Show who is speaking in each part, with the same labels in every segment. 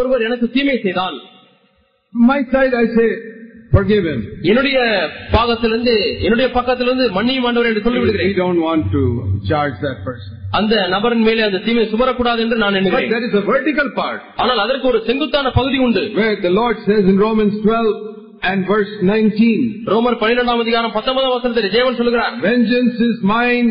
Speaker 1: ஒருவர் எனக்கு தீமை செய்தால்
Speaker 2: My side I say, forgive him.
Speaker 1: என்னுடைய பாகத்திலிருந்து என்னுடைய பக்கத்திலிருந்து மன்னியும் ஆண்டவர் என்று
Speaker 2: We
Speaker 1: சொல்லிவிடுகிறேன்
Speaker 2: don't want to charge that person.
Speaker 1: அந்த நபரின் மேலே அந்த தீமை சுமரக்கூடாது என்று நான்
Speaker 2: But
Speaker 1: எண்ணுகிறேன்
Speaker 2: there is a vertical part
Speaker 1: ஆனால் அதற்கு ஒரு செங்குத்தான பகுதி உண்டு
Speaker 2: where the Lord says in Romans 12 and verse 19,
Speaker 1: ரோமர் பன்னிரெண்டாம் அதிகாரம் பத்தொன்பதாம் வசனத்தில் தேவன் சொல்லுகிறார்
Speaker 2: Vengeance is mine,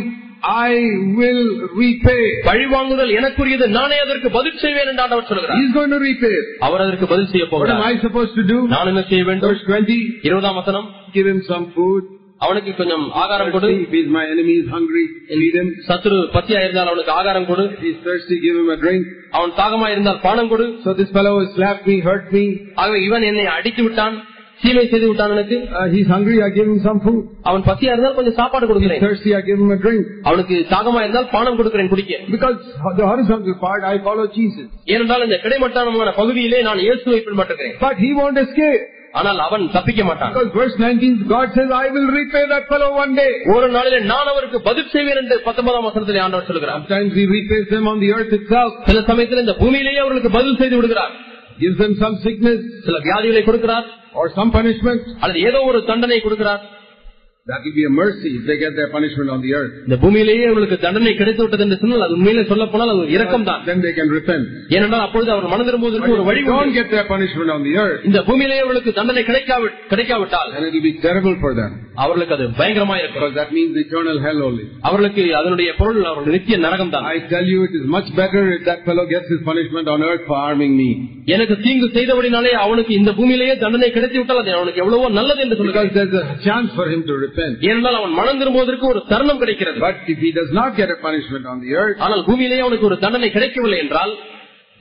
Speaker 2: I will repay.
Speaker 1: பழி வாங்குதல் எனக்குரியது நானே அதற்கு பதில் செய்வேன் என்று ஆண்டவர் சொல்லுகிறார்
Speaker 2: He's going to repay.
Speaker 1: அவர் அதற்கு பதில் செய்ய
Speaker 2: What am
Speaker 1: போகிறார்
Speaker 2: I supposed to do?
Speaker 1: நான் என்ன செய்ய வேண்டும்
Speaker 2: Verse 20,
Speaker 1: இருபதாம் வசனம்
Speaker 2: give him some food.
Speaker 1: அவனுக்கு கொஞ்சம் ஆகாரம் கொடு
Speaker 2: Thirsty, if he's my enemy, he's hungry, feed him.
Speaker 1: சத்துரு பத்தியா இருந்தால் அவனுக்கு ஆகாரம் கொடு
Speaker 2: If he's thirsty, give him a drink.
Speaker 1: அவன் தாகமா இருந்தால் பானம் கொடு
Speaker 2: So this fellow has slapped me, hurt me.
Speaker 1: ஆகவே இவன் என்னை அடித்து விட்டான் தீமை செய்து விட்டான் எனக்கு
Speaker 2: Uh, he's hungry, I give him some food.
Speaker 1: அவன் பசியா இருந்தால் கொஞ்சம் சாப்பாடு
Speaker 2: He's
Speaker 1: கொடுக்கிறேன்
Speaker 2: thirsty, I give him a drink.
Speaker 1: அவனுக்கு தாகமா இருந்தால் பானம் கொடுக்கிறேன் குடிக்க
Speaker 2: Because the horizontal part, I follow Jesus.
Speaker 1: ஏனென்றால் இந்த கிடைமட்டமான பகுதியிலே நான் இயேசுவை பின்பற்றுகிறேன்
Speaker 2: But he won't escape.
Speaker 1: ஆனால் அவன் தப்பிக்க மாட்டான்
Speaker 2: Because verse 19, God says, I will repay that fellow one day.
Speaker 1: ஒரு நாளிலே நான் அவருக்கு பதில் செய்வேன் என்று பத்தொன்பதாம் வசனத்திலே ஆண்டவர் சொல்கிறார்
Speaker 2: Sometimes he repays them on the earth itself,
Speaker 1: சில சமயத்தில் இந்த பூமியிலேயே அவர்களுக்கு பதில் செய்து விடுகிறார்
Speaker 2: gives them some sickness
Speaker 1: சில வியாதிகளை கொடுக்கிறார்
Speaker 2: or some punishment.
Speaker 1: அல்லது ஏதோ ஒரு தண்டனை கொடுக்கிறார்
Speaker 2: That will be a mercy if they get their punishment on the earth.
Speaker 1: இந்த பூமியிலேயே அவர்களுக்கு தண்டனை கிடைத்து விட்டது என்று சொன்னால் அது உண்மையிலே சொல்ல போனால் அது இரக்கம் தான்
Speaker 2: Then they can repent.
Speaker 1: ஏனென்றால் அப்பொழுது அவர் மனம் திரும்புவதற்கு ஒரு
Speaker 2: But
Speaker 1: வழி
Speaker 2: if they don't
Speaker 1: உண்டு.
Speaker 2: get their punishment on the earth,
Speaker 1: இந்த பூமியிலேயே அவர்களுக்கு தண்டனை கிடைக்காவி- கிடைக்காவிட்டால்
Speaker 2: then it will be terrible for them.
Speaker 1: அவர்களுக்கு அது பயங்கரமா இருக்கும்
Speaker 2: Because that means eternal hell only.
Speaker 1: அவர்களுக்கு அதனுடைய பொருள் அவர்கள் நித்திய நரகம் தான்
Speaker 2: I tell you, it is much better if that fellow gets his punishment on earth for harming me.
Speaker 1: எனக்கு தீங்கு செய்தபடினாலே அவனுக்கு இந்த பூமியிலேயே தண்டனை கிடைத்து விட்டால் அது அவனுக்கு எவ்வளவோ நல்லது என்று
Speaker 2: Because
Speaker 1: சொல்லுகிறார்
Speaker 2: there's a chance for him to repent.
Speaker 1: ஏனென்றால் அவன் மனம் திரும்புவதற்கு ஒரு தருணம் கிடைக்கிறது
Speaker 2: But if he does not get a punishment on the earth,
Speaker 1: ஆனால் பூமியிலேயே அவனுக்கு ஒரு தண்டனை கிடைக்கவில்லை என்றால்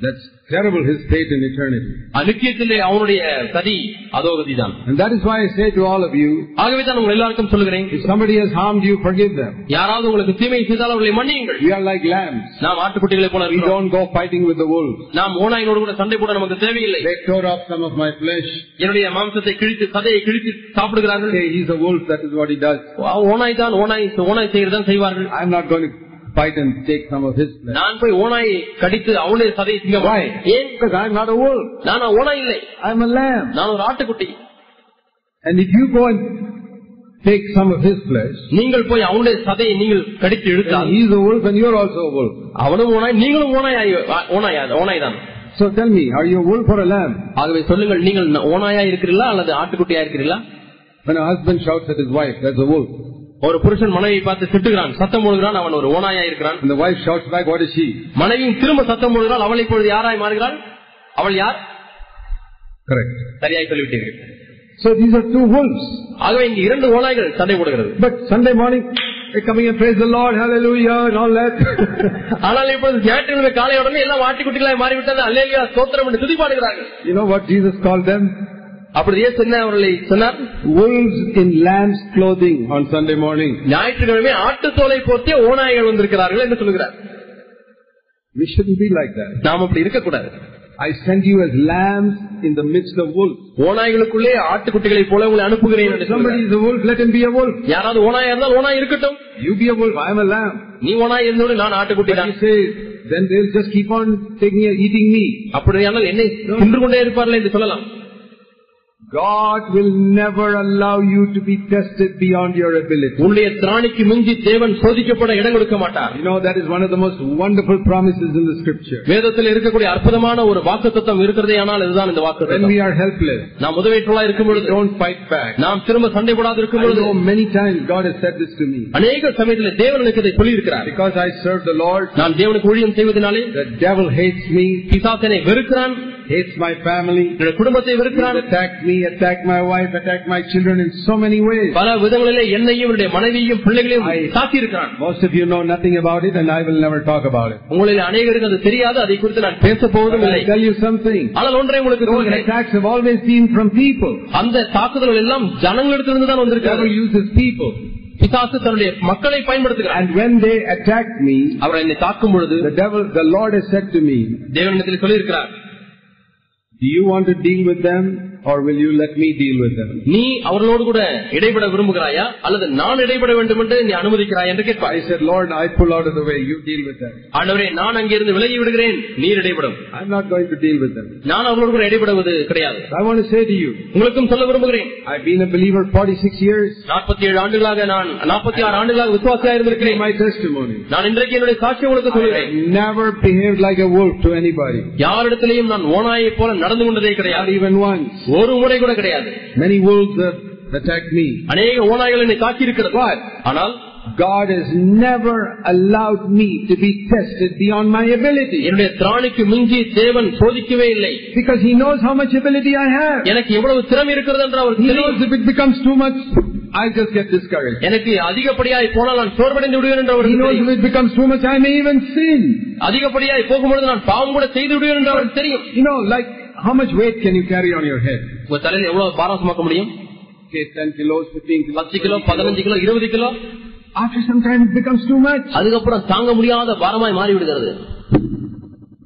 Speaker 2: that's terrible his state in eternity.
Speaker 1: அது நித்தியத்திலே அவனுடைய சதி அதோகதிதான்
Speaker 2: And that is why I say to all of you,
Speaker 1: ஆகவே தான் உங்கள் எல்லாருக்கும் சொல்லுகிறேன்
Speaker 2: if somebody has harmed you, forgive them.
Speaker 1: யாராவது உங்களுக்கு தீமை செய்தால் அவர்களை மன்னியுங்கள்
Speaker 2: We are like lambs.
Speaker 1: நாம் ஆட்டுக்குட்டிகளை போல
Speaker 2: We
Speaker 1: இருக்கிறோம்.
Speaker 2: don't go fighting with the wolves.
Speaker 1: நாம் ஓநாயினோடு கூட சண்டை போட நமக்கு தேவையில்லை
Speaker 2: They tore up some of my flesh.
Speaker 1: என்னுடைய மாம்சத்தை கிழித்து சதையை கிழித்து சாப்பிடுகிறார்கள்
Speaker 2: Say, he's a wolf, that is what he does.
Speaker 1: ஓனாய் தான் ஓனாய் ஓனாய் செய்கிறதான் செய்வார்கள்
Speaker 2: I'm not going to fight and take some of his flesh.
Speaker 1: நான் போய் ஓனாயை கடித்து அவனுடைய சதையை திங்க
Speaker 2: Why?
Speaker 1: மாட்டேன். ஏன்
Speaker 2: Because I'm not a wolf.
Speaker 1: நான் ஓனாய் இல்லை
Speaker 2: I'm a lamb.
Speaker 1: நான் ஒரு ஆட்டுக்குட்டி
Speaker 2: And if you go and take some of his flesh,
Speaker 1: நீங்கள் போய் அவனுடைய சதையை நீங்கள் கடித்து
Speaker 2: then
Speaker 1: இழுத்தால்
Speaker 2: he's a wolf and you're also a wolf.
Speaker 1: அவனும் ஓனாய் நீங்களும் ஓனாய் ஓனாய் ஓனாய் தான்
Speaker 2: So tell me, are you a wolf or a lamb?
Speaker 1: ஆகவே சொல்லுங்கள் நீங்கள் ஓனாயா இருக்கிறீர்களா அல்லது ஆட்டுக்குட்டியா இருக்கிறீர்களா
Speaker 2: When a husband shouts at his wife, that's a wolf.
Speaker 1: ஒரு புருஷன் மனைவியை பார்த்து திட்டுகிறான் சத்தம் போடுகிறான் அவன் ஒரு ஓனாயா இருக்கிறான்
Speaker 2: And the wife shouts back, what is she?
Speaker 1: மனைவியும் திரும்ப சத்தம் போடுகிறாள் அவள் இப்பொழுது யாராய் மாறுகிறாள் அவள் யார்
Speaker 2: Correct.
Speaker 1: சரியாய் சொல்லிவிட்டீர்கள்
Speaker 2: So these are two wolves.
Speaker 1: ஆகவே இங்கு இரண்டு ஓநாய்கள் சண்டை போடுகிறது
Speaker 2: But Sunday morning, they're coming and praise the Lord, hallelujah, and all that.
Speaker 1: ஆனால் இப்பொழுது ஞாயிற்றுக்கிழமை காலை உடனே எல்லாம் ஆட்டுக்குட்டிகளாய் மாறிவிட்டது அல்லேலியா சோத்திரம் என்று துதிப்பாடுகிறார்கள்
Speaker 2: you know what Jesus called them?
Speaker 1: அப்படி ஏசு என்ன அவர்களை சொன்னார்
Speaker 2: Wolves in lamb's clothing on Sunday morning.
Speaker 1: ஞாயிற்றுக்கிழமை ஆட்டு தோலை போர்த்திய ஓநாய்கள் வந்திருக்கிறார்கள் என்று சொல்கிறார்
Speaker 2: We shouldn't be like that.
Speaker 1: நாம் அப்படி இருக்கக்கூடாது
Speaker 2: I send you as lambs in the midst of wolves.
Speaker 1: ஓநாய்களுக்குள்ளே ஆட்டுக்குட்டிகளைப் போல உங்களை அனுப்புகிறேன் என்று
Speaker 2: If somebody
Speaker 1: சொல்கிறார்.
Speaker 2: is a wolf, let him be a wolf.
Speaker 1: யாராவது ஓநாயா இருந்தால் ஓநாய் இருக்கட்டும்
Speaker 2: You be a wolf, I'm a lamb.
Speaker 1: நீ ஓநாய் இருந்தோடு நான் ஆட்டுக்குட்டி
Speaker 2: But
Speaker 1: தான்
Speaker 2: you say, then they'll just keep on taking eating me.
Speaker 1: அப்படியானால் என்னை கொன்று கொண்டே இருப்பார்கள் என்று சொல்லலாம்
Speaker 2: God will never allow you to be tested beyond your ability.
Speaker 1: உன்னுடைய திராணிக்கு மிஞ்சி தேவன் சோதிக்கப்பட இடம் கொடுக்க மாட்டார்
Speaker 2: You know, that is one of the most wonderful promises in the scripture.
Speaker 1: வேதத்தில் இருக்கக்கூடிய அற்புதமான ஒரு வாக்குத்தத்தம் இருக்கிறதே ஆனால் இதுதான் இந்த
Speaker 2: When
Speaker 1: வாக்குத்தத்தம்
Speaker 2: we are helpless,
Speaker 1: நாம் உதவேற்றலா இருக்கும்
Speaker 2: we
Speaker 1: பொழுது
Speaker 2: don't fight back.
Speaker 1: நாம் திரும்ப சண்டை போடாது
Speaker 2: I
Speaker 1: இருக்கும் பொழுது
Speaker 2: know many times God has said this to me.
Speaker 1: அநேக சமயத்தில் தேவன் எனக்கு இதை சொல்லியிருக்கிறார்
Speaker 2: Because I serve the Lord,
Speaker 1: நான் தேவனுக்கு ஊழியம் செய்வதனாலே
Speaker 2: the devil hates me,
Speaker 1: பிசாசனை வெறுக்கிறான்
Speaker 2: hates my family,
Speaker 1: என்னுடைய குடும்பத்தை
Speaker 2: he's
Speaker 1: வெறுக்கிறான்
Speaker 2: attacked me, attacked my wife, attacked my children in so many ways.
Speaker 1: பல விதங்களிலே என்னையும் என்னுடைய மனைவியையும் பிள்ளைகளையும்
Speaker 2: I-
Speaker 1: தாக்கி இருக்கிறான்
Speaker 2: Most of you know nothing about it and I will never talk about it.
Speaker 1: உங்களில் அநேகருக்கு அது தெரியாது அதை குறித்து நான் பேச
Speaker 2: But
Speaker 1: போவதும் இல்லை
Speaker 2: I tell you something.
Speaker 1: ஆனால் ஒன்றை உங்களுக்கு
Speaker 2: Those
Speaker 1: சொல்கிறேன்
Speaker 2: attacks have always been from people.
Speaker 1: அந்த தாக்குதல்கள் எல்லாம் ஜனங்களிடத்திலிருந்து தான்
Speaker 2: The devil
Speaker 1: வந்திருக்கிறது
Speaker 2: uses people.
Speaker 1: பிசாசு தன்னுடைய மக்களை பயன்படுத்துகிறார்
Speaker 2: And when they attacked me,
Speaker 1: அவர் என்னை தாக்கும் பொழுது
Speaker 2: the devil, the Lord has said to me,
Speaker 1: தேவனிடத்தில் சொல்லியிருக்கிறார்
Speaker 2: Do you want to deal with them? or will you let me deal with them?
Speaker 1: நீ அவர்களோடு கூட இடைபட விரும்புகிறாயா அல்லது நான் இடைபட வேண்டும் என்று நீ அனுமதிக்கிறாய் என்று கேட்பாய்
Speaker 2: I said, Lord, I pull out of the way, you deal with them.
Speaker 1: ஆண்டவரே நான் அங்கிருந்து விலகி விடுகிறேன் நீர் இடைபடும்
Speaker 2: I'm not going to deal with them.
Speaker 1: நான் அவர்களோடு கூட இடைபடுவது கிடையாது
Speaker 2: I want to say to you,
Speaker 1: உங்களுக்கும் சொல்ல விரும்புகிறேன்
Speaker 2: I've been a believer 46 years.
Speaker 1: நாற்பத்தி ஏழு ஆண்டுகளாக நான் நாற்பத்தி ஆறு ஆண்டுகளாக விசுவாசியா
Speaker 2: Look at
Speaker 1: இருந்திருக்கிறேன்
Speaker 2: my testimony.
Speaker 1: நான் இன்றைக்கு என்னுடைய சாட்சி உங்களுக்கு
Speaker 2: I
Speaker 1: சொல்கிறேன்
Speaker 2: have never behaved like a wolf to anybody.
Speaker 1: யாரிடத்திலையும் நான் ஓநாயை போல நடந்து கொண்டதே
Speaker 2: Not
Speaker 1: கிடையாது
Speaker 2: even once.
Speaker 1: ஒரு முறை கூட கிடையாது
Speaker 2: Many wolves have attacked me.
Speaker 1: அநேக ஓநாய்கள் என்னை தாக்கி இருக்கிறது ஆனால்
Speaker 2: God has never allowed me to be tested beyond my ability.
Speaker 1: என்னுடைய திராணிக்கு மிஞ்சி தேவன் சோதிக்கவே இல்லை
Speaker 2: Because He knows how much ability I have.
Speaker 1: எனக்கு எவ்வளவு திறமை இருக்கிறது என்று அவர்
Speaker 2: He knows
Speaker 1: தெரியும்
Speaker 2: if it becomes too much, I just get discouraged.
Speaker 1: எனக்கு அதிகப்படியாய் போனால் நான் சோர்வடைந்து விடுவேன் என்று
Speaker 2: He
Speaker 1: அவருக்கு
Speaker 2: knows
Speaker 1: தெரியும்
Speaker 2: if it becomes too much, I may even sin.
Speaker 1: அதிகப்படியாய் போகும்பொழுது நான் பாவம் கூட செய்து விடுவேன் என்று அவருக்கு தெரியும்
Speaker 2: You know, like, how much weight can you carry on your head?
Speaker 1: உங்க தலையில எவ்வளவு பாரம் சுமக்க முடியும்
Speaker 2: Okay, 10 kilos, 15 kilos.
Speaker 1: பத்து கிலோ பதினஞ்சு கிலோ இருபது kilo
Speaker 2: After some time, it becomes too much.
Speaker 1: அதுக்கப்புறம் தாங்க முடியாத பாரமாய் மாறி விடுகிறது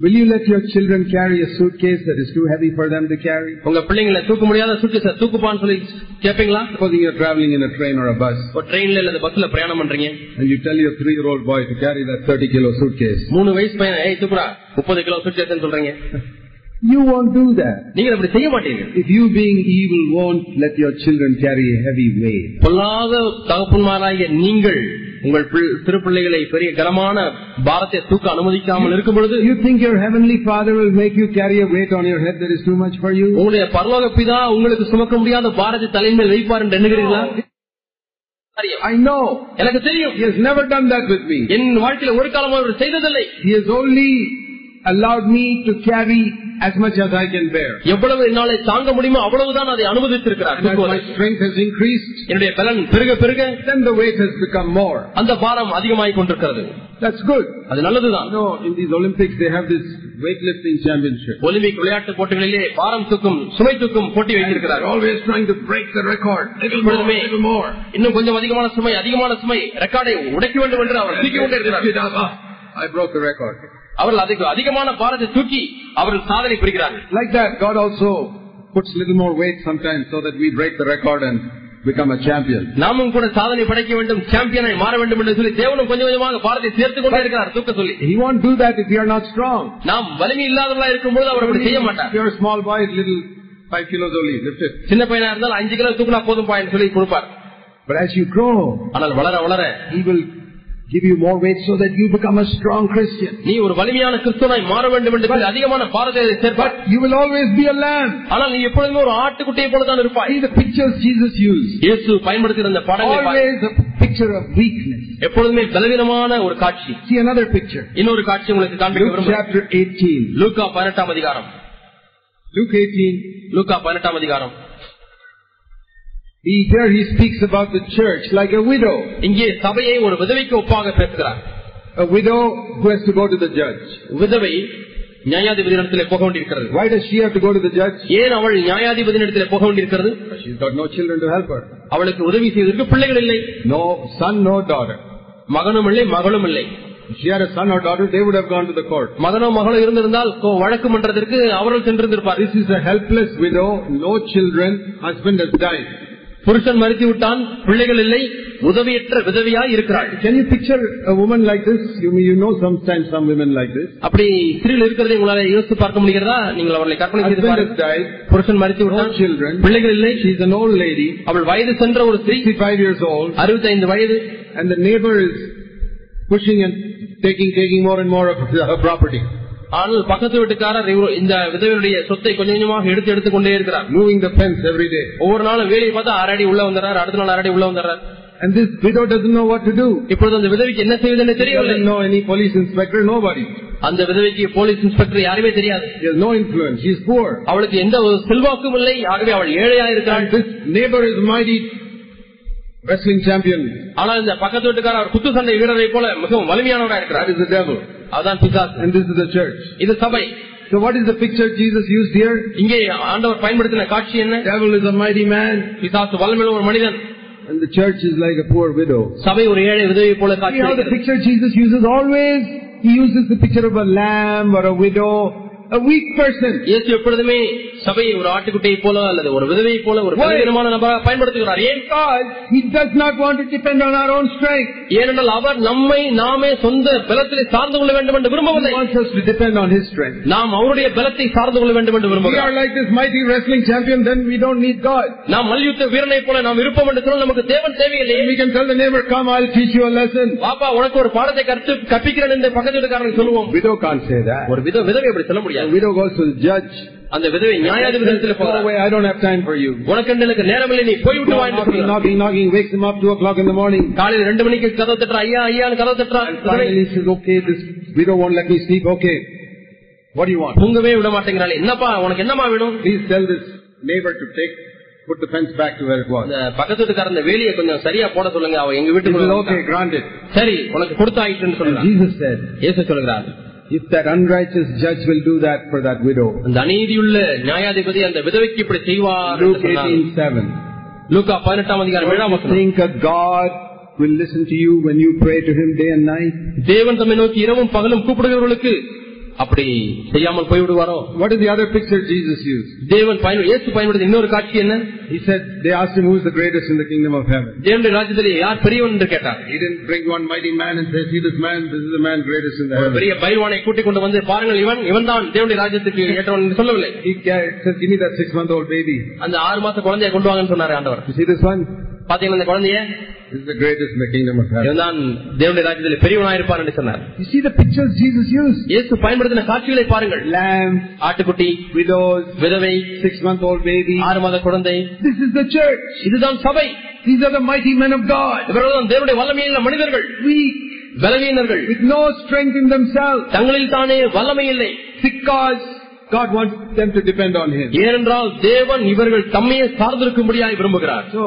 Speaker 2: Will you let your children carry a suitcase that is too heavy for them to carry?
Speaker 1: உங்க பிள்ளைங்களை தூக்க முடியாத சுட்டு சார் தூக்குப்பான்னு சொல்லி கேட்பீங்களா
Speaker 2: Supposing you're traveling in a train or a bus,
Speaker 1: ஒரு ட்ரெயின்ல இல்ல பஸ்ல பிரயாணம் பண்றீங்க
Speaker 2: and you tell your three-year-old boy to carry that 30-kilo suitcase.
Speaker 1: மூணு வயசு பையன் ஏய் தூக்குடா முப்பது கிலோ சுட்டு சொல்றீங்க
Speaker 2: You won't do that.
Speaker 1: நீங்க அப்படி செய்ய மாட்டீங்க
Speaker 2: If you being evil won't let your children carry a heavy weight,
Speaker 1: பொல்லாத தகப்பன்மாராகிய நீங்கள் உங்கள் பிள்- திருப்பிள்ளைகளை பெரிய கனமான பாரத்தை தூக்க அனுமதிக்காமல் இருக்கும் பொழுது
Speaker 2: you think your heavenly father will make you carry a weight on your head that is too much for you?
Speaker 1: உங்களுடைய பரலோக பிதா உங்களுக்கு சுமக்க முடியாத பாரத்தை தலைமையில் வைப்பார் என்று எண்ணுகிறீர்களா தெரியும்.
Speaker 2: I know.
Speaker 1: எனக்கு தெரியும்
Speaker 2: He has never done that with me.
Speaker 1: என் வாழ்க்கையில ஒரு காலமும் அவர் செய்ததில்லை
Speaker 2: He has only allowed me to carry as much as I can bear.
Speaker 1: எவ்வளவு என்னாலே தாங்க முடியுமோ அவ்வளவுதான் அதை அனுமதித்திருக்கிறார்
Speaker 2: And as my
Speaker 1: தூக்குவதை.
Speaker 2: strength has increased,
Speaker 1: என்னுடைய பலன் பெருக பெருக
Speaker 2: then the weight has become more.
Speaker 1: அந்த பாரம் அதிகமாகிக் கொண்டிருக்கிறது
Speaker 2: That's good.
Speaker 1: அது நல்லதுதான்
Speaker 2: No, in these Olympics they have this weightlifting championship.
Speaker 1: Olympic விளையாட்டு போட்டிகளிலே பாரம் தூக்கும் சுமை தூக்கும் போட்டி
Speaker 2: They're
Speaker 1: வைத்திருக்கிறார்
Speaker 2: always trying to break the record. Little more,
Speaker 1: இப்பொழுதுமே
Speaker 2: little more.
Speaker 1: இன்னும் கொஞ்சம் அதிகமான சுமை அதிகமான சுமை ரெக்கார்டை உடைக்க வேண்டும் என்று அவர் தூக்கி கொண்டே இருக்கிறார்
Speaker 2: Lift it up. Ah, I broke the record.
Speaker 1: அவர்கள் அதுக்கு அதிகமான பாரத்தை தூக்கி அவர்கள் சாதனை புரிகிறார்கள்
Speaker 2: Like that, God also puts little more weight sometimes so that we break the record and become a champion.
Speaker 1: நாமும் கூட சாதனை படைக்க வேண்டும் சாம்பியனாய் மாற வேண்டும் என்று சொல்லி தேவனும் கொஞ்சம் கொஞ்சமாக பாரத்தை சேர்த்துக் கொண்டே இருக்கிறார் தூக்க சொல்லி
Speaker 2: He won't do that if you are not strong.
Speaker 1: நாம் வலிமை இல்லாதவர்களா இருக்கும்போது அவர் அப்படி செய்ய
Speaker 2: If
Speaker 1: மாட்டார்
Speaker 2: you're a small boy, little five kilos only, lift it.
Speaker 1: சின்ன பையனா இருந்தால் அஞ்சு கிலோ தூக்கினா போதும் பாயின்னு சொல்லி கொடுப்பார்
Speaker 2: But as you grow,
Speaker 1: ஆனால் வளர வளர
Speaker 2: He will give you more weight so that you become a strong Christian.
Speaker 1: நீ ஒரு வலிமையான கிறிஸ்துவனாய் மாற வேண்டும் என்று சொல்லி அதிகமான பாரத்தை சேர்ப்பார்
Speaker 2: But you will always be a lamb.
Speaker 1: ஆனால் நீ எப்பொழுதுமே ஒரு ஆட்டுக்குட்டியை போலதான் இருப்பாய்
Speaker 2: See the pictures Jesus used.
Speaker 1: இயேசு பயன்படுத்துகிற அந்த படங்களை பாரு.
Speaker 2: Always a picture of weakness.
Speaker 1: எப்பொழுதுமே பலவீனமான ஒரு காட்சி
Speaker 2: See another picture.
Speaker 1: இன்னொரு காட்சி உங்களுக்கு காண்பிக்க
Speaker 2: Luke
Speaker 1: விரும்புகிறேன்
Speaker 2: chapter 18.
Speaker 1: லூக்கா பதினெட்டாம் அதிகாரம்
Speaker 2: Luke 18.
Speaker 1: லூக்கா பதினெட்டாம் அதிகாரம்
Speaker 2: He, here he speaks about the church like a widow.
Speaker 1: இங்கே சபையை ஒரு விதவைக்கு ஒப்பாக பேசுகிறார்
Speaker 2: A widow who has to go to the judge.
Speaker 1: விதவை நியாயாதிபதியிடத்திலே போக வேண்டியிருக்கிறது
Speaker 2: Why does she have to go to the judge?
Speaker 1: ஏன் அவள் நியாயாதிபதியிடத்திலே போக வேண்டியிருக்கிறது
Speaker 2: She's got no children to help her.
Speaker 1: அவளுக்கு உதவி செய்வதற்கு பிள்ளைகள் இல்லை
Speaker 2: No son, no daughter.
Speaker 1: மகனும் இல்லை மகளும் இல்லை
Speaker 2: If she had a son or daughter, they would have gone to the court.
Speaker 1: மகனோ மகளோ இருந்திருந்தால் கோ- வழக்கு மன்றத்திற்கு அவர்கள் சென்றிருந்திருப்பார்
Speaker 2: This is a helpless widow, no children, husband has died.
Speaker 1: புருஷன் மறுத்து விட்டான் பிள்ளைகள் இல்லை உதவியற்ற விதவியாய் இருக்கிறாள்
Speaker 2: Can you picture a woman like this? You, you know sometimes some women like this.
Speaker 1: அப்படி ஸ்திரீகள் இருக்கிறதை உங்களால யோசித்து பார்க்க முடிகிறதா நீங்கள் அவர்களை கற்பனை செய்து
Speaker 2: Husband has
Speaker 1: பாருங்கள்
Speaker 2: died,
Speaker 1: புருஷன் மறுத்து
Speaker 2: no
Speaker 1: விட்டான்
Speaker 2: children.
Speaker 1: பிள்ளைகள் இல்லை
Speaker 2: She's an old lady,
Speaker 1: அவள் வயது சென்ற ஒரு ஸ்திரீ
Speaker 2: 65 years old,
Speaker 1: அறுபத்தைந்து வயது
Speaker 2: and the neighbor is pushing and taking, taking more and more of her property.
Speaker 1: ஆனால் பக்கத்து வீட்டுக்காரர் இவரு- இந்த விதவையுடைய சொத்தை கொஞ்சம் கொஞ்சமாக எடுத்து எடுத்துக் கொண்டே இருக்கிறார்
Speaker 2: moving the fence every day.
Speaker 1: ஒவ்வொரு நாளும் வேலையை பார்த்தா அரடி உள்ள வந்துடுறார் அடுத்த நாள் அரடி உள்ள வந்துடுறார்
Speaker 2: And this widow doesn't know what to do.
Speaker 1: இப்பொழுது அந்த விதவைக்கு என்ன செய்வதுன்னு
Speaker 2: She doesn't
Speaker 1: தெரியவில்லை
Speaker 2: know any police inspector, nobody.
Speaker 1: அந்த விதவைக்கு போலீஸ் இன்ஸ்பெக்டர் யாருமே தெரியாது
Speaker 2: She has no influence. She's poor.
Speaker 1: அவளுக்கு எந்த ஒரு செல்வாக்கும் இல்லை ஆகவே அவள் ஏழையா இருக்கிறாள்
Speaker 2: And this neighbor is mighty wrestling champion.
Speaker 1: ஆனால் இந்த பக்கத்து வீட்டுக்காரர் அவர் குத்து சண்டை வீரரை போல மிகவும் வலிமையானவரா
Speaker 2: That
Speaker 1: இருக்கிறார்
Speaker 2: is the devil.
Speaker 1: அதான் பிசாசு
Speaker 2: And this is the church.
Speaker 1: இது சபை
Speaker 2: So what is the picture Jesus used here?
Speaker 1: இங்கே ஆண்டவர் பயன்படுத்தின காட்சி என்ன
Speaker 2: Devil is a mighty man
Speaker 1: பிசாசு வல்லமையுள்ள ஒரு மனிதன்
Speaker 2: and the church is like a poor widow.
Speaker 1: சபை ஒரு ஏழை விதவை போல
Speaker 2: See
Speaker 1: காட்சி
Speaker 2: how the
Speaker 1: அளிக்கிறது.
Speaker 2: picture Jesus uses always? He uses the picture of a lamb or a widow a weak person.
Speaker 1: இயேசு எப்பொழுதுமே சபையை ஒரு ஆட்டுக்குட்டியை போல அல்லது ஒரு விதவை போல ஒரு
Speaker 2: Why?
Speaker 1: பலவீனமான நபராக பயன்படுத்துகிறார் ஏன்
Speaker 2: Because he does not want to depend on our own strength.
Speaker 1: ஏனென்றால் அவர் நம்மை நாமே சொந்த பலத்திலே சார்ந்து கொள்ள வேண்டும் என்று
Speaker 2: He
Speaker 1: விரும்பவில்லை
Speaker 2: wants us to depend on his strength.
Speaker 1: நாம் அவருடைய பலத்தை சார்ந்து கொள்ள வேண்டும் என்று
Speaker 2: We are
Speaker 1: விரும்புகிறார்
Speaker 2: like this mighty wrestling champion, then we don't need God.
Speaker 1: நாம் மல்யுத்த வீரனை போல நாம் இருப்போம் என்று சொன்னால் நமக்கு தேவன் தேவையில்லை
Speaker 2: We can tell the neighbor, come, I'll teach you a lesson.
Speaker 1: பாப்பா உனக்கு ஒரு பாடத்தை கற்று கற்பிக்கிறேன் என்று பக்கத்து வீட்டுக்காரனுக்கு சொல்லுவோம்
Speaker 2: Widow can't say that.
Speaker 1: ஒரு வித விதவை அப்படி சொல்ல முடியாது
Speaker 2: Widow goes to the judge.
Speaker 1: அந்த விதவை நியாயாதிபதியத்தில்
Speaker 2: Go
Speaker 1: போகிறார்
Speaker 2: away, I don't have time for you.
Speaker 1: உனக்கு எனக்கு நேரமில்லை நீ போய்விட்டு வா என்று
Speaker 2: Knocking,
Speaker 1: சொல்கிறார்.
Speaker 2: knocking, knocking, wakes him up two o'clock in the morning.
Speaker 1: காலையில் ரெண்டு மணிக்கு கதவு தட்டுறா ஐயா ஐயான்னு கதவு தட்டுறா
Speaker 2: Finally he says, okay, this widow won't let me sleep, okay. What do you want?
Speaker 1: தூங்கவே விட மாட்டேங்கிறாள் என்னப்பா உனக்கு என்னமா வேணும்
Speaker 2: Please tell this neighbor to take, put the fence back to where it was.
Speaker 1: அந்த பக்கத்து வீட்டுக்காரன் அந்த வேலியை கொஞ்சம் சரியா போட சொல்லுங்க அவ எங்க
Speaker 2: He says,
Speaker 1: வீட்டுக்குள்ள
Speaker 2: okay,
Speaker 1: வந்துட்டான்.
Speaker 2: granted.
Speaker 1: சரி உனக்கு கொடுத்தாயிட்டுன்னு
Speaker 2: And
Speaker 1: சொல்றான்
Speaker 2: Jesus said,
Speaker 1: இயேசு சொல்கிறார்
Speaker 2: if that unrighteous judge will do that for that widow,
Speaker 1: அந்த அநீதியுள்ள நியாயாதிபதி அந்த விதவைக்கு இப்படி செய்வார்
Speaker 2: Luke
Speaker 1: என்று சொன்னார்.
Speaker 2: 18, 7.
Speaker 1: லூக்கா பதினெட்டாம் அதிகாரம் ஏழாம்
Speaker 2: Don't you
Speaker 1: வசனம்
Speaker 2: think a God will listen to you when you pray to him day and night?
Speaker 1: தேவன் தம்மை நோக்கி இரவும் பகலும் கூப்பிடுகிறவர்களுக்கு அப்படி செய்யாமல் போய்விடுவாரோ
Speaker 2: What is the other picture Jesus used?
Speaker 1: தேவன் பயன் இயேசு பயன்படுத்த இன்னொரு காட்சி என்ன
Speaker 2: He said, they asked him who's the greatest in the kingdom of heaven.
Speaker 1: தேவனுடைய ராஜ்யத்திலே யார் பெரியவன் என்று கேட்டார்
Speaker 2: He didn't bring one mighty man and say, see this man, this is the man greatest in the
Speaker 1: ஒரு
Speaker 2: heaven.
Speaker 1: பெரிய பயிர்வானை கூட்டிக் கொண்டு வந்து பாருங்கள் இவன் இவன் தான் தேவனுடைய ராஜ்யத்துக்கு ஏற்றவன் என்று சொல்லவில்லை
Speaker 2: He ca- said, give me that six month old baby.
Speaker 1: அந்த ஆறு மாச குழந்தைய கொண்டு வாங்கன்னு சொன்னாரு ஆண்டவர்
Speaker 2: You see this one?
Speaker 1: பாத்தீங்களா இந்த குழந்தைய
Speaker 2: This is the greatest in the kingdom of heaven.
Speaker 1: இவன்தான் தேவனுடைய ராஜ்யத்திலே பெரியவனா இருப்பார் என்று சொன்னார்
Speaker 2: You see the pictures Jesus used?
Speaker 1: இயேசு பயன்படுத்தின காட்சிகளை பாருங்கள்
Speaker 2: Lamb,
Speaker 1: ஆட்டுக்குட்டி
Speaker 2: widows,
Speaker 1: விதவை
Speaker 2: six month old baby.
Speaker 1: ஆறு மாத குழந்தை
Speaker 2: This is the church.
Speaker 1: இதுதான் சபை
Speaker 2: These are the mighty men of God.
Speaker 1: இவர்கள்தான் தேவனுடைய வல்லமையுள்ள மனிதர்கள்
Speaker 2: Weak,
Speaker 1: பலவீனர்கள்
Speaker 2: with no strength in themselves.
Speaker 1: தங்களில் தானே வல்லமை இல்லை
Speaker 2: because God wants them to depend on Him.
Speaker 1: ஏனென்றால் தேவன் இவர்கள் தம்மையே சார்ந்திருக்கும்படியாய் விரும்புகிறார்
Speaker 2: So,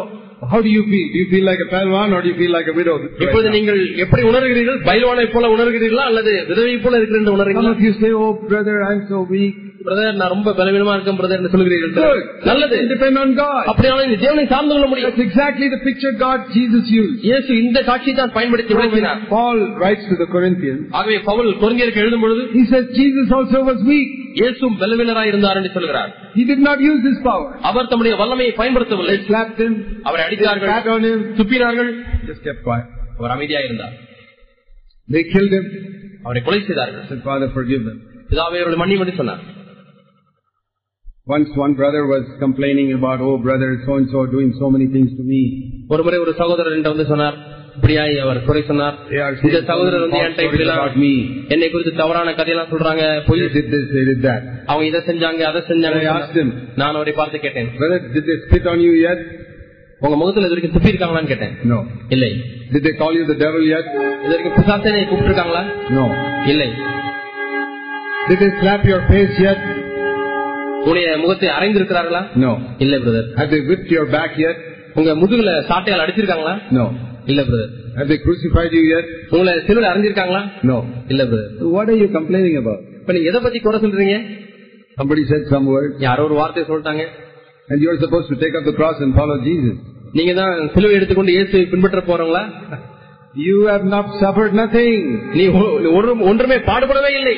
Speaker 2: how do you feel? Do you feel like a Palwan or do you feel like a widow? right
Speaker 1: இப்பொழுது
Speaker 2: now?
Speaker 1: நீங்கள் எப்படி உணர்கிறீர்கள் பயில்வானை போல உணர்கிறீர்களா அல்லது விதவை போல இருக்கிற
Speaker 2: Some
Speaker 1: உணர்கிறீங்களா
Speaker 2: of you say, oh brother, I'm so weak.
Speaker 1: Brother நான் ரொம்ப பலவீனமா இருக்கேன் பிரதர் என்று சொல்கிறீர்கள்
Speaker 2: Good.
Speaker 1: நல்லது
Speaker 2: You depend on God.
Speaker 1: அப்படியானால் நீ தேவனை சார்ந்து கொள்ள
Speaker 2: That's
Speaker 1: முடியும்
Speaker 2: exactly the picture God, Jesus used.
Speaker 1: இயேசு இந்த காட்சியை தான் பயன்படுத்தி விளக்கினார்
Speaker 2: When Paul writes to the Corinthians,
Speaker 1: ஆகவே பவுல் கொரிந்தியருக்கு எழுதும் பொழுது
Speaker 2: he says Jesus also was weak.
Speaker 1: இயேசும் பலவீனராய் இருந்தார் என்று சொல்கிறார்
Speaker 2: He did not use his power.
Speaker 1: அவர் தம்முடைய வல்லமையை பயன்படுத்தவில்லை
Speaker 2: They slapped him,
Speaker 1: அவரை
Speaker 2: they spat
Speaker 1: அடித்தார்கள்
Speaker 2: on him,
Speaker 1: துப்பினார்கள்
Speaker 2: just kept quiet.
Speaker 1: அவர் அமைதியாக இருந்தார்
Speaker 2: They killed him.
Speaker 1: அவரை கொலை செய்தார்கள்
Speaker 2: I said, Father, forgive them.
Speaker 1: பிதாவே அவர்கள் மன்னி மணி சொன்னார்
Speaker 2: Once one brother was complaining about, oh brother, so and so doing so many things to me.
Speaker 1: ஒருமுறை ஒரு சகோதரர் என்று வந்து சொன்னார் இப்படியாய் அவர் குறை சொன்னார்
Speaker 2: They are
Speaker 1: இந்த
Speaker 2: saying
Speaker 1: சகோதரர் வந்து
Speaker 2: false
Speaker 1: என்கிட்ட
Speaker 2: stories about
Speaker 1: இப்படிலாம்
Speaker 2: me.
Speaker 1: என்னை குறித்து தவறான கதையெல்லாம் சொல்றாங்க
Speaker 2: They
Speaker 1: பொய்
Speaker 2: did this, they did that.
Speaker 1: அவங்க இதை செஞ்சாங்க அதை
Speaker 2: And
Speaker 1: செஞ்சாங்க
Speaker 2: I asked him,
Speaker 1: நான் அவரை பார்த்து கேட்டேன்
Speaker 2: brother, did they spit on you yet?
Speaker 1: உங்க முகத்துல இது வரைக்கும் துப்பி இருக்காங்களான்னு கேட்டேன்
Speaker 2: No.
Speaker 1: இல்லை
Speaker 2: Did they call you the devil yet?
Speaker 1: இது வரைக்கும் பிசாசனை கூப்பிட்டு இருக்காங்களா
Speaker 2: No.
Speaker 1: இல்லை
Speaker 2: Did they slap your face yet?
Speaker 1: உங்களுடைய முகத்தை அரைந்து இருக்கிறார்களா
Speaker 2: No.
Speaker 1: இல்ல brother
Speaker 2: Have they whipped your back yet?
Speaker 1: உங்க முதுகுல சாட்டையால் அடிச்சிருக்காங்களா
Speaker 2: No.
Speaker 1: இல்ல brother
Speaker 2: Have they crucified you yet?
Speaker 1: உங்களை சிலுவில் அரைஞ்சிருக்காங்களா
Speaker 2: No.
Speaker 1: இல்ல brother
Speaker 2: So what are you complaining about?
Speaker 1: இப்ப நீங்க எதை பத்தி குறை சொல்றீங்க
Speaker 2: Somebody said some words
Speaker 1: யாரோ ஒரு வார்த்தையை சொல்லிட்டாங்க
Speaker 2: and you're supposed to take up the cross and follow Jesus.
Speaker 1: நீங்க தான் சிலுவை எடுத்துக்கொண்டு இயேசு பின்பற்ற போறவங்களா
Speaker 2: You have not suffered nothing.
Speaker 1: நீ ஒ- நீ ஒரு ஒன்றுமே பாடுபடவே இல்லை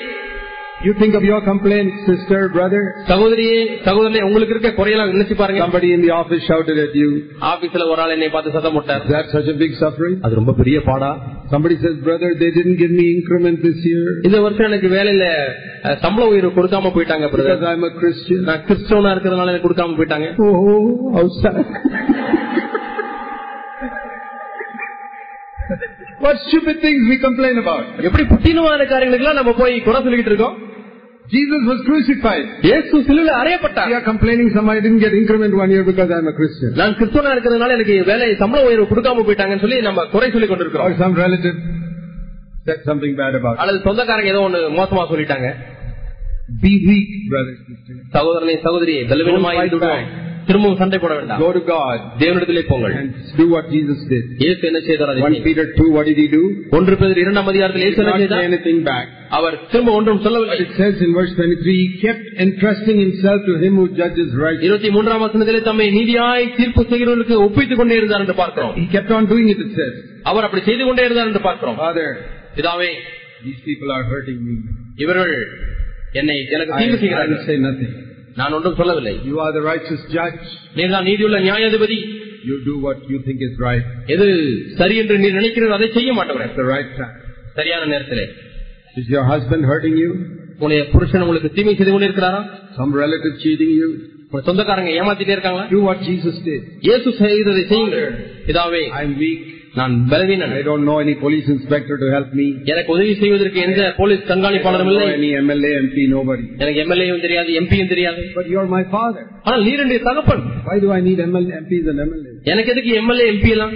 Speaker 2: You think of your complaint, sister, brother.
Speaker 1: சகோதரியே சகோதரனே உங்களுக்கு இருக்க குறையெல்லாம் நினைச்சு பாருங்க
Speaker 2: Somebody in the office shouted at you.
Speaker 1: ஆபீஸ்ல ஒரு ஆள் என்னை பார்த்து சத்தம் போட்டார்
Speaker 2: Is that such a big suffering?
Speaker 1: அது ரொம்ப பெரிய பாடா
Speaker 2: Somebody says, brother, they didn't give me increment this year
Speaker 1: இந்த வருஷம் எனக்கு வேலையில அஹ், சம்பள உயர்வு கொடுக்காம போயிட்டாங்க
Speaker 2: because
Speaker 1: brother
Speaker 2: I'm a Christian.
Speaker 1: நான் கிறிஸ்தவனா இருக்கிறதுனால எனக்கு கொடுக்காம போயிட்டாங்க
Speaker 2: Oh, how sad. what stupid things we complain about.
Speaker 1: எப்படி புத்தினமான காரியங்களுக்கெல்லாம் நம்ம போய் குறை சொல்லிக்கிட்டு இருக்கோம்
Speaker 2: Jesus was crucified.
Speaker 1: இயேசு சிலுவில
Speaker 2: We
Speaker 1: அறையப்பட்டார்
Speaker 2: are complaining some I didn't get increment one year because I'm a Christian.
Speaker 1: நான் கிறிஸ்தவனா இருக்கிறதுனால எனக்கு வேலை சம்பள உயர்வு கொடுக்காம போயிட்டாங்கன்னு சொல்லி நம்ம குறை சொல்லி கொண்டிருக்கிறோம்
Speaker 2: Or some relative said something bad about
Speaker 1: அல்லது சொந்தக்காரங்க ஏதோ ஒண்ணு மோசமா சொல்லிட்டாங்க
Speaker 2: you. Be weak, brother, sister.
Speaker 1: சகோதரனே சகோதரியே பலவீனமா இருந்து விடுவோம். திரும்பவும் சண்டை போட வேண்டாம்
Speaker 2: Go to God
Speaker 1: தேவனிடத்திலே போங்கள்
Speaker 2: and do what Jesus did.
Speaker 1: இயேசு என்ன செய்தார் அதை
Speaker 2: 1
Speaker 1: செய்யுங்கள்.
Speaker 2: Peter 2, what did he do?
Speaker 1: ஒன்று பேர் இரண்டாம் அதிகாரத்தில்
Speaker 2: He
Speaker 1: இயேசு
Speaker 2: did
Speaker 1: என்ன
Speaker 2: not say
Speaker 1: செய்தார்
Speaker 2: anything back.
Speaker 1: அவர் திரும்ப ஒன்றும்
Speaker 2: But
Speaker 1: சொல்லவில்லை
Speaker 2: it says in verse 23, he kept entrusting himself to him who judges righteous.
Speaker 1: இருபத்தி மூன்றாம் வசனத்திலே தம்மை நீதியாய் தீர்ப்பு செய்கிறவர்களுக்கு ஒப்பித்துக் கொண்டே இருந்தார் என்று பார்க்கிறோம்
Speaker 2: He kept on doing it, it says.
Speaker 1: அவர் அப்படி செய்து கொண்டே இருந்தார் என்று பார்க்கிறோம்
Speaker 2: Father,
Speaker 1: பிதாவே
Speaker 2: these people are hurting me.
Speaker 1: இவர்கள் என்னை எனக்கு
Speaker 2: I,
Speaker 1: தீங்கு
Speaker 2: I will
Speaker 1: செய்கிறார்கள்
Speaker 2: say nothing.
Speaker 1: நான் ஒன்றும் சொல்லவில்லை
Speaker 2: You are the righteous judge.
Speaker 1: நீர் தான் நீதியுள்ள நியாயாதிபதி
Speaker 2: You do what you think is right
Speaker 1: எது சரி என்று நீர் நினைக்கிறீர்கள் அதை செய்ய மாட்டவர்கள்
Speaker 2: at the right time.
Speaker 1: சரியான நேரத்திலே
Speaker 2: Is your husband hurting you?
Speaker 1: உங்களுடைய புருஷன் உங்களுக்கு தீமை செய்து கொண்டிருக்கிறாரா
Speaker 2: Some relative cheating you?
Speaker 1: உங்க சொந்தக்காரங்க ஏமாத்திட்டே இருக்காங்களா
Speaker 2: Do what Jesus did.
Speaker 1: இயேசு செய்ததை செய்யுங்கள் இதாவே
Speaker 2: I'm weak.
Speaker 1: நான் பலவீனன்
Speaker 2: I don't know any police inspector to help me.
Speaker 1: எனக்கு உதவி செய்வதற்கு எந்த போலீஸ்
Speaker 2: I don't
Speaker 1: கண்காணிப்பாளரும்
Speaker 2: know
Speaker 1: இல்லை
Speaker 2: any MLA, MP, nobody.
Speaker 1: எனக்கு எம்எல்ஏவும் தெரியாது எம்பியும் தெரியாது
Speaker 2: But you're my father.
Speaker 1: ஆனால் நீர் என்னுடைய தகப்பன்
Speaker 2: Why do I need ML, MPs and MLAs?
Speaker 1: எனக்கு எதுக்கு எம்எல்ஏ எம்பி எல்லாம்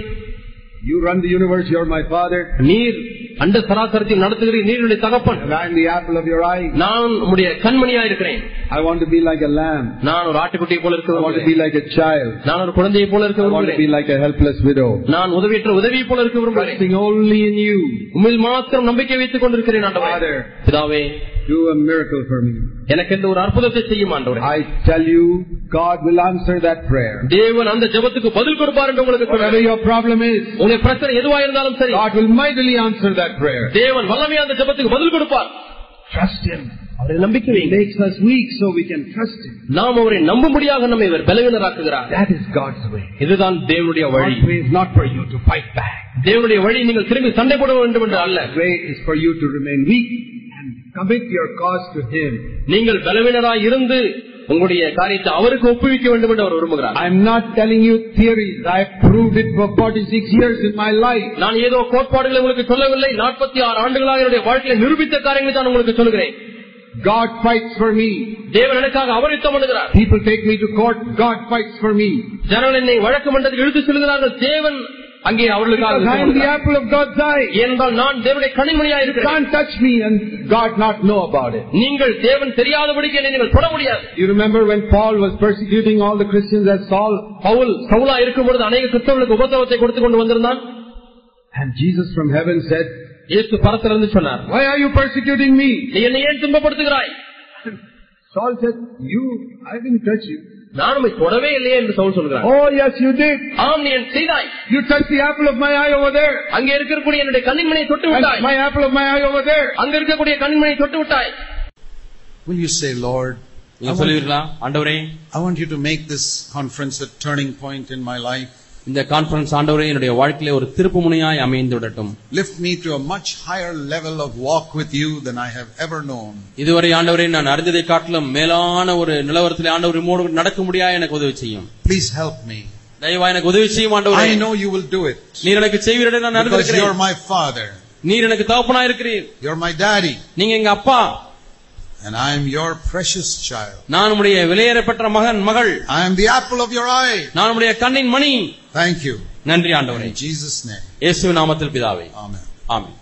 Speaker 2: You run the universe, you're my father.
Speaker 1: நீர் அண்ட சராசரத்தை நடத்துகிறீர் நீர் என்னுடைய தகப்பன்
Speaker 2: And I'm the apple of your eye.
Speaker 1: நான் உம்முடைய கண்மணியா இருக்கிறேன்
Speaker 2: I want to be like a lamb.
Speaker 1: நான் ஒரு ஆட்டுக்குட்டியை போல
Speaker 2: I
Speaker 1: இருக்க
Speaker 2: want to
Speaker 1: விரும்புகிறேன்
Speaker 2: be like a child.
Speaker 1: நான் ஒரு குழந்தையை போல இருக்க
Speaker 2: I want to be
Speaker 1: விரும்புகிறேன்
Speaker 2: like a helpless widow.
Speaker 1: நான் உதவியற்ற உதவியை போல இருக்க விரும்புகிறேன்
Speaker 2: Trusting only in you.
Speaker 1: உண்மையில் மாத்திரம் நம்பிக்கை வைத்துக் கொண்டிருக்கிறேன் ஆண்டவரே
Speaker 2: Father.
Speaker 1: பிதாவே
Speaker 2: Do a miracle for me.
Speaker 1: எனக்கு இந்த ஒரு அற்புதத்தை செய்யும் ஆண்டவரே
Speaker 2: I tell you, God will answer that prayer.
Speaker 1: தேவன் அந்த ஜெபத்துக்கு பதில் கொடுப்பார் என்று உங்களுக்கு
Speaker 2: Whatever
Speaker 1: சொல்றேன்.
Speaker 2: your problem is,
Speaker 1: உங்களுடைய பிரச்சனை எதுவா இருந்தாலும் சரி
Speaker 2: God will mightily answer that prayer.
Speaker 1: தேவன் வல்லமை அந்த ஜெபத்துக்கு பதில் கொடுப்பார்
Speaker 2: Trust Him.
Speaker 1: அவரை நம்பிக்கை
Speaker 2: He
Speaker 1: வையுங்கள்.
Speaker 2: makes us weak so we can trust Him.
Speaker 1: நாம் அவரை நம்பும்படியாக நம்மை இவர் பலவீனராக்குகிறார்
Speaker 2: That is God's way.
Speaker 1: இதுதான் தேவனுடைய வழி
Speaker 2: God's way is not for you to fight back.
Speaker 1: தேவனுடைய வழி நீங்கள் திரும்பி சண்டை போட வேண்டும் என்று அல்ல
Speaker 2: God's way is for you to remain weak and commit your cause to Him.
Speaker 1: நீங்கள் பலவீனராய் இருந்து உங்களுடைய காரியத்தை அவருக்கு ஒப்புவிக்க வேண்டும் என்று அவர் விரும்புகிறார்
Speaker 2: I'm not telling you theories. I've proved it for 46 years in my life.
Speaker 1: நான் ஏதோ கோட்பாடுகளை உங்களுக்கு சொல்லவில்லை நாற்பத்தி ஆறு ஆண்டுகளாக என்னுடைய வாழ்க்கையை நிரூபித்த காரியங்களை தான் உங்களுக்கு சொல்கிறேன்
Speaker 2: God fights for me.
Speaker 1: தேவன் எனக்காக அவர் யுத்தம் பண்ணுகிறார்
Speaker 2: People take me to court. God fights for me.
Speaker 1: ஜனங்கள் என்னை வழக்கு மன்றத்துக்கு இழுத்து செல்கிறார்கள் தேவன் அங்கே அவர்களுக்காக
Speaker 2: Because I
Speaker 1: யுத்தம்
Speaker 2: am the
Speaker 1: பண்ணுகிறார்.
Speaker 2: apple of God's eye.
Speaker 1: ஏனென்றால் நான் தேவனுடைய கனிமணியா
Speaker 2: You
Speaker 1: இருக்கிறேன்
Speaker 2: can't touch me and God not know about it.
Speaker 1: நீங்கள் தேவன் தெரியாதபடிக்கு என்னை நீங்கள் தொட முடியாது
Speaker 2: You remember when Paul was persecuting all the Christians as Saul?
Speaker 1: Pavul சவுலா இருக்கும் பொழுது அநேக கிறிஸ்தவர்களுக்கு உபத்திரவத்தை கொடுத்து கொண்டு வந்திருந்தான்
Speaker 2: And Jesus from heaven said,
Speaker 1: இயேசு பரத்திலிருந்து சொன்னார்
Speaker 2: Why are you persecuting me?
Speaker 1: நீ என்னை ஏன் துன்பப்படுத்துகிறாய்
Speaker 2: Saul said, You, I didn't touch you.
Speaker 1: நான் உம்மை தொடவே இல்லையே என்று சவுல் சொல்கிறார்
Speaker 2: Oh yes, you did.
Speaker 1: ஆம் நீ என் செய்தாய்
Speaker 2: You touched the apple of my eye over there.
Speaker 1: அங்கே இருக்கக்கூடிய என்னுடைய கண்ணின்மணியை தொட்டு
Speaker 2: And
Speaker 1: விட்டாய்
Speaker 2: my apple of my eye over there.
Speaker 1: அங்க இருக்கக்கூடிய கண்ணின்மணியை தொட்டு விட்டாய்
Speaker 3: Will you say, Lord, I
Speaker 4: நீங்க
Speaker 3: want,
Speaker 4: சொல்லுவீர்களா ஆண்டவரே
Speaker 3: I want you to make this conference a turning point in my life.
Speaker 4: இந்த கான்ஃபரன்ஸ் ஆண்டவரே என்னுடைய வாழ்க்கையில ஒரு திருப்பு முனையாய் அமைந்து விடட்டும்
Speaker 3: Lift me to a much higher level of walk with you than I have ever known.
Speaker 4: இதுவரை ஆண்டவரே நான் அறிந்ததை காட்டிலும் மேலான ஒரு நிலவரத்தில் ஆண்டவர் உம்மோடு நடக்க முடியா எனக்கு உதவி செய்யும்
Speaker 3: Please help me.
Speaker 4: தயவா எனக்கு உதவி செய்யும் ஆண்டவரே
Speaker 3: I know you will do it
Speaker 4: நீர் எனக்கு செய்வீரடை நான்
Speaker 3: because you're
Speaker 4: அறிந்திருக்கிறேன்
Speaker 3: my father.
Speaker 4: நீர் எனக்கு தகப்பனா இருக்கிறீர்
Speaker 3: You're my daddy
Speaker 4: நீங்க எங்க அப்பா
Speaker 3: and I am your precious child.
Speaker 4: நான் உடைய விலையேறப்பட்ட மகன் மகள்
Speaker 3: I am the apple of your eye.
Speaker 4: நான் உடைய கண்ணின் மணி
Speaker 3: Thank you.
Speaker 4: நன்றி ஆண்டவரே
Speaker 3: In Jesus' name.
Speaker 4: இயேசு நாமத்தில் பிதாவே
Speaker 3: Amen.
Speaker 4: ஆமென்